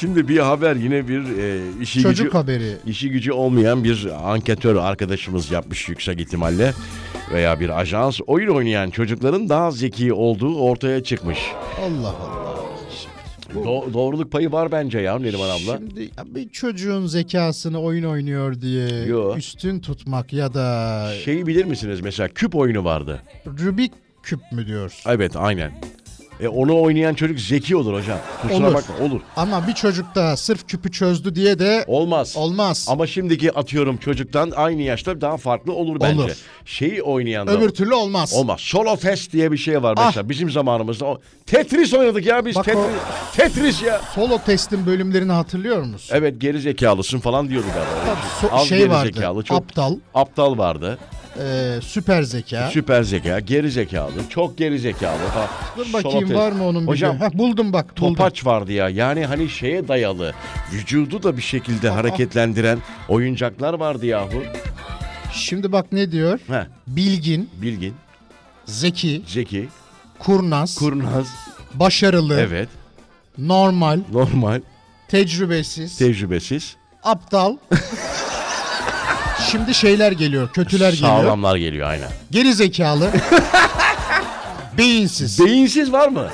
S3: Şimdi bir haber yine bir e, işi
S2: Çocuk
S3: gücü,
S2: haberi.
S3: işi gücü olmayan bir anketör arkadaşımız yapmış yüksek ihtimalle veya bir ajans oyun oynayan çocukların daha zeki olduğu ortaya çıkmış.
S2: Allah Allah.
S3: Do- doğruluk payı var bence ya Neriman abla.
S2: Şimdi ya bir çocuğun zekasını oyun oynuyor diye
S3: Yo. Şey-
S2: üstün tutmak ya da
S3: Şeyi bilir misiniz mesela küp oyunu vardı.
S2: Rubik küp mü diyorsun?
S3: Evet aynen. E, onu oynayan çocuk zeki olur hocam. Kusura
S2: Olur.
S3: bakma olur.
S2: Ama bir çocuk da sırf küpü çözdü diye de
S3: Olmaz.
S2: olmaz.
S3: Ama şimdiki atıyorum çocuktan aynı yaşta daha farklı olur bence.
S2: Olur.
S3: Şeyi oynayan da
S2: Öbür türlü olmaz.
S3: olmaz. Solo Fest diye bir şey var mesela bizim zamanımızda. o- Tetris oynadık ya biz
S2: Ah. Bak
S3: Tetris. Tetris ya.
S2: Solo testin bölümlerini hatırlıyor musun?
S3: Evet geri zekalısın falan diyordu galiba.
S2: So-
S3: Az
S2: şey
S3: geri
S2: vardı.
S3: zekalı, çok-
S2: Aptal,
S3: Aptal vardı.
S2: e, süper zeka.
S3: Süper zeka, geri zekalı, çok geri zekalı falan.
S2: Dur
S3: Solo
S2: bakayım
S3: Fest.
S2: var mı onun bir
S3: Hocam
S2: Hocam, buldum bak. Buldum.
S3: topaç vardı ya. Yani hani şeye dayalı, vücudu da bir şekilde
S2: Ah,
S3: hareketlendiren oyuncaklar vardı yahu.
S2: Şimdi bak ne diyor?
S3: Heh,
S2: Bilgin,
S3: bilgin,
S2: zeki,
S3: zeki,
S2: kurnaz,
S3: kurnaz,
S2: başarılı,
S3: evet,
S2: normal,
S3: normal,
S2: tecrübesiz,
S3: tecrübesiz,
S2: aptal. Şimdi şeyler geliyor, kötüler geliyor.
S3: sağlamlar geliyor aynen.
S2: Geri zekalı. Beyinsiz.
S3: Beyinsiz var mı?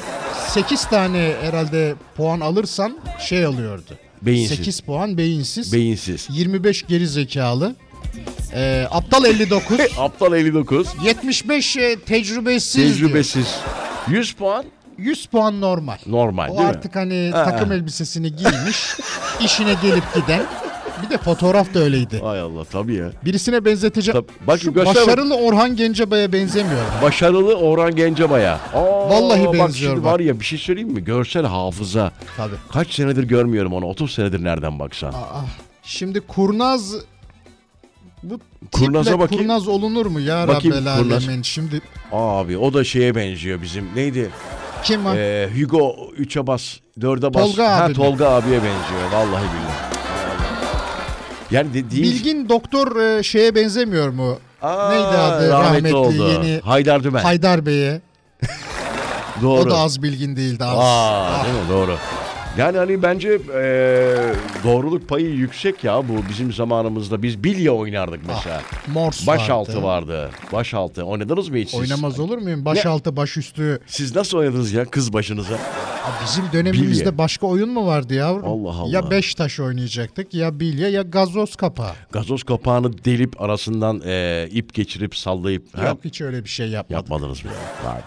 S2: 8 tane herhalde puan alırsan şey alıyordu.
S3: Beyinsiz.
S2: 8 puan beyinsiz.
S3: Beyinsiz.
S2: 25 geri zekalı. Ee, aptal 59.
S3: Aptal 59,
S2: 75 e, tecrübesiz. Tecrübesiz.
S3: tecrübesiz. 100 puan
S2: 100 puan normal.
S3: normal
S2: O
S3: değil mi?
S2: artık hani
S3: Ha.
S2: takım elbisesini giymiş, işine gelip giden. Bir de fotoğraf da öyleydi.
S3: Ay Allah tabii ya.
S2: Birisine benzetecek.
S3: Tabii, bak
S2: Şu
S3: göster bak-
S2: başarılı Orhan Gencebay'a benzemiyor.
S3: Başarılı Orhan Gencebay'a. Aa,
S2: Vallahi
S3: bak
S2: benziyor
S3: şimdi
S2: bak.
S3: var ya bir şey söyleyeyim mi? Görsel hafıza.
S2: Tabii.
S3: Kaç senedir görmüyorum onu. 30 senedir nereden baksan.
S2: Aa, şimdi kurnaz bu
S3: Kurnaza
S2: tiple
S3: bakayım.
S2: Kurnaz olunur mu ya
S3: Bakayım
S2: Rabbel
S3: kurnaz.
S2: Alemin? Şimdi
S3: Abi o da şeye benziyor bizim. Neydi?
S2: kim var?
S3: Ee, Hugo 3'e bas, 4'e bas.
S2: Tolga
S3: ha,
S2: abi mi?
S3: Tolga abiye benziyor. Vallahi billahi. Yani dediğim
S2: Bilgin doktor e, şeye benzemiyor mu?
S3: Aa,
S2: Neydi adı? Rahmetli, yeni
S3: Haydar Dümen.
S2: Haydar Bey'e.
S3: Doğru.
S2: O da az bilgin değildi az.
S3: Aa,
S2: Ah,
S3: değil mi? Doğru. Yani hani bence eee, doğruluk payı yüksek ya bu bizim zamanımızda. Biz bilye oynardık
S2: Ah,
S3: mesela.
S2: Morse
S3: Başaltı
S2: vardı.
S3: vardı. Başaltı. Oynadınız mı hiç siz?
S2: Oynamaz olur muyum? Başaltı, başüstü.
S3: Siz nasıl oynadınız ya kız başınıza?
S2: Aa, Bizim dönemimizde
S3: Bilye.
S2: başka oyun mu vardı yavrum?
S3: Allah Allah.
S2: Ya beş taş oynayacaktık ya bilye ya gazoz kapağı.
S3: Gazoz kapağını delip arasından eee, ip geçirip sallayıp... Ha?
S2: Yok hiç öyle bir şey yapmadık.
S3: Yapmadınız mı? ya? Vay be.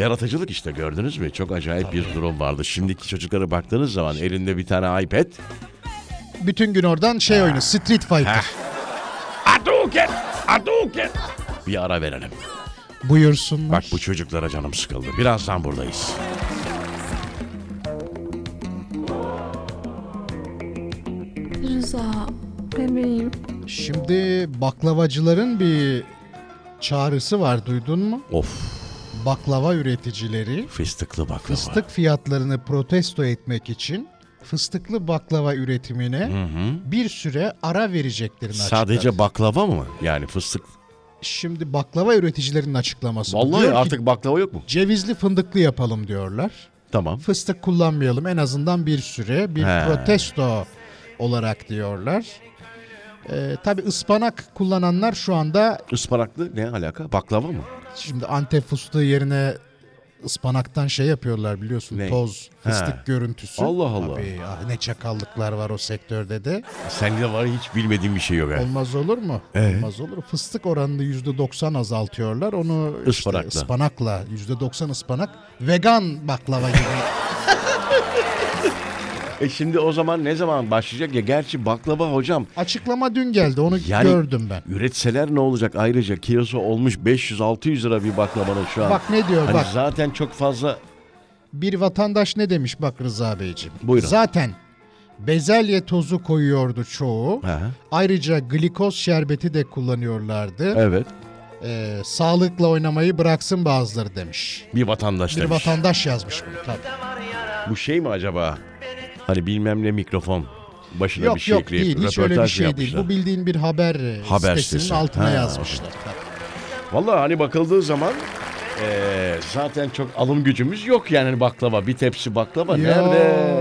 S3: Yaratıcılık işte gördünüz mü? Çok acayip bir durum vardı. Şimdiki çocuklara baktığınız zaman elinde bir tane iPad.
S2: Bütün gün oradan şey
S3: Ah.
S2: oyunu Street Fighter.
S3: Aduken! Aduken! Bir ara verelim.
S2: Buyursunlar.
S3: Ah. Bak bu çocuklara canım sıkıldı. Birazdan buradayız.
S1: Rıza bebeğim
S2: Şimdi baklavacıların bir çağrısı var duydun mu?
S3: Of
S2: Baklava üreticileri
S3: fıstıklı baklava.
S2: fıstık fiyatlarını protesto etmek için fıstıklı baklava üretimine bir süre ara vereceklerini
S3: Sadece
S2: açıkladı.
S3: baklava mı? Yani fıstık.
S2: Şimdi baklava üreticilerinin açıklaması.
S3: Vallahi
S2: Diyor ki,
S3: artık baklava yok mu?
S2: cevizli fındıklı yapalım diyorlar.
S3: Tamam.
S2: Fıstık kullanmayalım en azından bir süre bir
S3: He.
S2: protesto olarak diyorlar. Ee, Tabi ıspanak kullananlar şu anda
S3: Ispanaklı ne alaka? Baklava mı?
S2: Şimdi Antep fıstığı yerine ıspanaktan şey yapıyorlar biliyorsun
S3: Ne?
S2: toz fıstık
S3: Ha.
S2: görüntüsü.
S3: Allah Allah.
S2: Tabii, ah ne çakallıklar var o sektörde de.
S3: Sende var ya hiç bilmediğim bir şey yok. ha.
S2: Olmaz olur mu?
S3: Ee?
S2: Olmaz olur. Fıstık oranını %90 azaltıyorlar. Onu işte
S3: Ispanakla.
S2: ıspanakla %90 ıspanak vegan baklava gibi.
S3: E şimdi o zaman ne zaman başlayacak ya? Gerçi baklava hocam
S2: Açıklama dün geldi. Onu
S3: Yani-
S2: gördüm ben.
S3: üretseler ne olacak? Ayrıca kilosu olmuş 500-600 lira bir baklavanın şu an.
S2: Bak ne diyor
S3: Hani
S2: bak.
S3: zaten çok fazla
S2: Bir vatandaş ne demiş bak Rıza Beyciğim.
S3: Buyurun.
S2: Zaten bezelye tozu koyuyordu çoğu.
S3: Ha,
S2: Ayrıca glikoz şerbeti de kullanıyorlardı.
S3: evet
S2: Ee, sağlıkla oynamayı bıraksın bazıları demiş.
S3: bir şey. vatandaş
S2: Bir
S3: demiş.
S2: vatandaş yazmış bunu tabii.
S3: Bu şey mi acaba? Hani bilmem ne mikrofon başına bir
S2: Yok
S3: şey
S2: yok
S3: ekleyip
S2: değil hiç öyle bir
S3: röportaj mı
S2: şey değil.
S3: yapmışlar?
S2: Bu bildiğin bir haber, e,
S3: Haber
S2: sitesinin
S3: sitesi.
S2: altına
S3: Ha.
S2: yazmışlar. tabii.
S3: Vallahi hani bakıldığı zaman e, eee, zaten çok alım gücümüz yok yani baklava. Bir hani tepsi baklava
S2: Ya.
S3: nerede?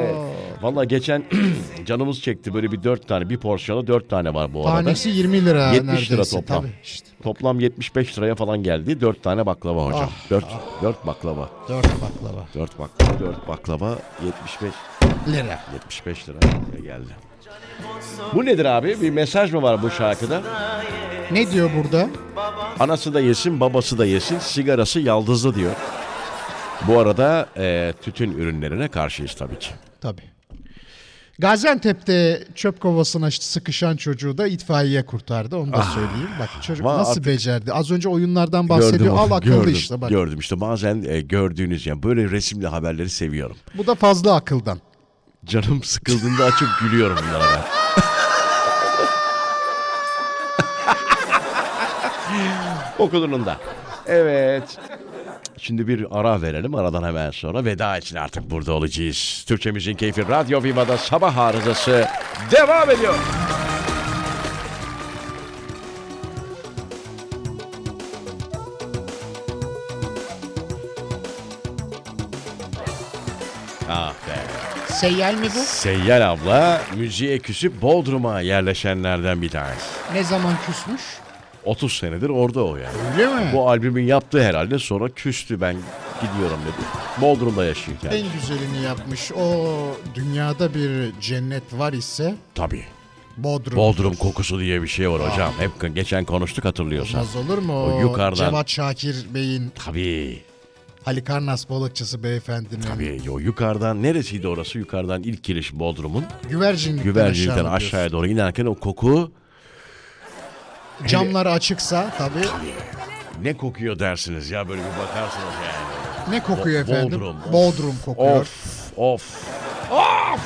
S3: Valla geçen canımız çekti böyle bir dört tane bir porsiyona dört tane var bu arada.
S2: Tanesi 20 lira
S3: 70 lira
S2: neredeyse.
S3: toplam.
S2: Tabii işte.
S3: Toplam 75 liraya falan geldi. Dört tane baklava hocam.
S2: Ah,
S3: Dört, dört baklava.
S5: 4 baklava.
S3: Dört baklava. Dört baklava 75
S5: Lira.
S3: 75 lira geldi. Bu nedir abi? Bir mesaj mı var bu şarkıda?
S2: Ne diyor burada?
S3: Anası da yesin, babası da yesin, sigarası yaldızlı diyor. Bu arada e, tütün ürünlerine karşıyız tabii ki.
S2: Tabii. Gaziantep'te çöp kovasına sıkışan çocuğu da itfaiye kurtardı. Onu da söyleyeyim. Bak çocuk
S3: va-
S2: nasıl
S3: Ah. artık-
S2: becerdi? Az önce oyunlardan bahsediyor. Al
S3: onu,
S2: akıllı
S3: gördüm,
S2: işte bak.
S3: Gördüm işte bazen e, gördüğünüz yani böyle resimli haberleri seviyorum.
S2: Bu da fazla akıldan.
S3: Canım sıkıldığında açıp gülüyorum bunlara ben. Okulunda. Evet. Şimdi bir ara verelim. Aradan hemen sonra veda için artık burada olacağız. Türkçemizin keyfi Radyo Viva'da sabah arızası devam ediyor. Ah be.
S2: Seyyal mi bu?
S3: Seyyal abla müziğe küsüp Bodrum'a yerleşenlerden bir tanesi.
S2: Ne zaman küsmüş?
S3: 30 senedir orada o yani.
S2: Öyle mi?
S3: Bu albümün yaptığı herhalde sonra küstü ben gidiyorum dedi. Bodrum'da yaşıyor kendisi.
S2: En güzelini yapmış. O dünyada bir cennet var ise
S3: Tabii.
S2: Bodrum.
S3: Bodrum kokusu diye bir şey var hocam. Hep geçen konuştuk hatırlıyorsan.
S2: Ah. Olmaz olur mu?
S3: O
S2: O
S3: yukarıdan-
S2: Cevat Şakir Bey'in
S3: Tabii.
S2: Halikarnas balıkçısı beyefendinin.
S3: Tabii. O yukarıdan neresiydi orası? Yukarıdan ilk giriş Bodrum'un.
S2: Güvercinlikten,
S3: Güvercinlikten
S2: aşağı gidiyorsun.
S3: aşağıya doğru inerken o koku
S2: Camları açıksa tabii.
S3: ne kokuyor dersiniz ya böyle bir bakarsınız yani.
S2: Ne kokuyor
S3: Bo-
S2: efendim?
S3: Bodrum, of.
S2: Bodrum kokuyor.
S3: Of of.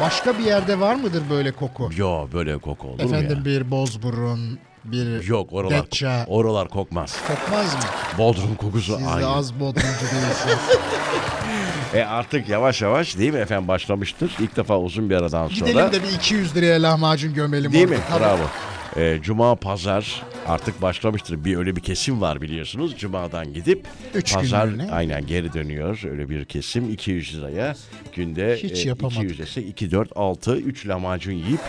S2: Başka bir yerde var mıdır böyle koku?
S3: Yo böyle koku olur mu ya?
S2: efendim bir bozburun, bir
S3: Yok oralar
S2: Datça.
S3: oralar kokmaz.
S2: Kokmaz mı?
S3: Bodrum kokusu
S2: Siz de
S3: aynı.
S2: az bodrumcu değilsiniz.
S3: E artık yavaş yavaş değil mi efendim başlamıştır. İlk defa uzun bir aradan sonra.
S2: Gidelim de bir 200 liraya lahmacun gömelim
S3: Değil
S2: orada.
S3: mi?
S2: Tabii.
S3: Bravo. E, Cuma pazar artık başlamıştır. Bir öyle bir kesim var biliyorsunuz. Cuma'dan gidip
S2: Üç
S3: pazar
S2: günlüğüne.
S3: aynen geri dönüyor. Öyle bir kesim 200 liraya günde
S2: Hiç
S3: e,
S2: yapamadık.
S3: 200 dese 2 4 6 3 lahmacun yiyip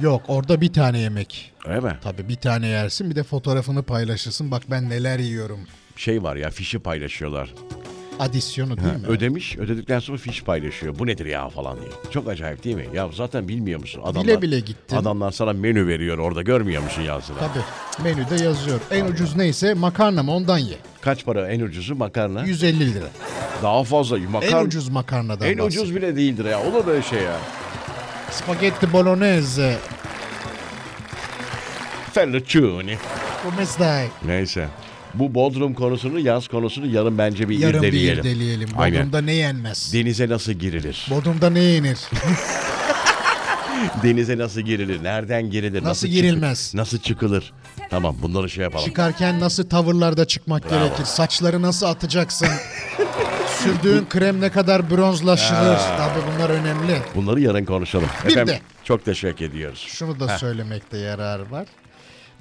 S2: Yok orada bir tane yemek.
S3: öyle mi?
S2: Tabii bir tane yersin bir de fotoğrafını paylaşırsın. Bak ben neler yiyorum.
S3: Şey var ya fişi paylaşıyorlar.
S2: Adisyonu değil mi?
S3: Ödemiş, ödedikten sonra fiş paylaşıyor. Bu nedir ya falan diye. Çok acayip değil mi? Ya zaten bilmiyor musun? Adamlar,
S2: Bile bile gittim.
S3: Adamlar sana menü veriyor orada görmüyor musun yazıda?
S2: Tabii. Menüde yazıyor. En ucuz neyse makarna mı ondan ye.
S3: Kaç para en ucuzu makarna?
S2: 150 lira.
S3: Daha fazla
S2: En
S3: makarna.
S2: ucuz makarnadan
S3: En
S2: bahsediyor.
S3: ucuz bile değildir ya. Olur böyle şey ya.
S2: Spagetti bolognese.
S3: Fettuccine.
S2: Bu mesleği.
S3: Neyse. Bu Bodrum konusunu, yaz konusunu yarın bence bir
S2: Yarın bir
S3: irdeleyelim.
S2: irdeleyelim.
S3: Aynen.
S2: Bodrum'da ne yenmez?
S3: Denize nasıl girilir?
S2: Bodrum'da ne yenir?
S3: Denize nasıl girilir? Nereden girilir? Nasıl,
S2: girilmez?
S3: çıkı- nasıl çıkılır? Tamam bunları şey yapalım.
S2: Çıkarken nasıl tavırlarda çıkmak gerekir? Saçları nasıl atacaksın? Sürdüğün krem ne kadar bronzlaşılır? Tabii bunlar önemli.
S3: Bunları yarın konuşalım.
S2: Bir
S3: Efendim,
S2: de-
S3: çok teşekkür ediyoruz.
S2: Şunu da söylemekte yarar var.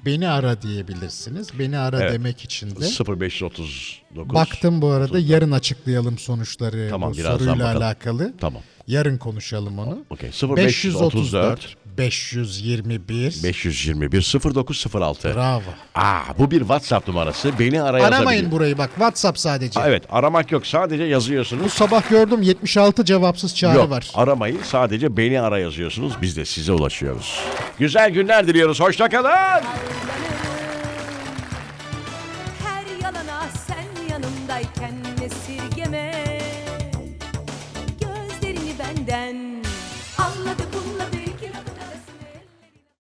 S2: Beni ara diyebilirsiniz. Beni ara
S3: Evet.
S2: demek için de.
S3: 0539.
S2: Baktım bu arada yarın açıklayalım sonuçları
S3: Tamam,
S2: bu
S3: birazdan
S2: soruyla
S3: bakalım.
S2: alakalı.
S3: Tamam.
S2: Yarın konuşalım onu.
S3: Okey. 0534
S2: 521
S3: 521 0906.
S2: Bravo.
S3: Aa bu bir WhatsApp numarası. Beni ara
S2: Aramayın
S3: yazabilir.
S2: burayı bak WhatsApp sadece.
S3: Ha, Evet aramak yok sadece
S2: Bu
S3: yazıyorsunuz.
S2: sabah gördüm 76 cevapsız çağrı
S3: Yok
S2: var.
S3: aramayın sadece beni ara yazıyorsunuz. Biz de size ulaşıyoruz. Güzel günler diliyoruz. Hoşça kalın.
S9: Her yalana sen yanımdayken esirgeme Gözlerini benden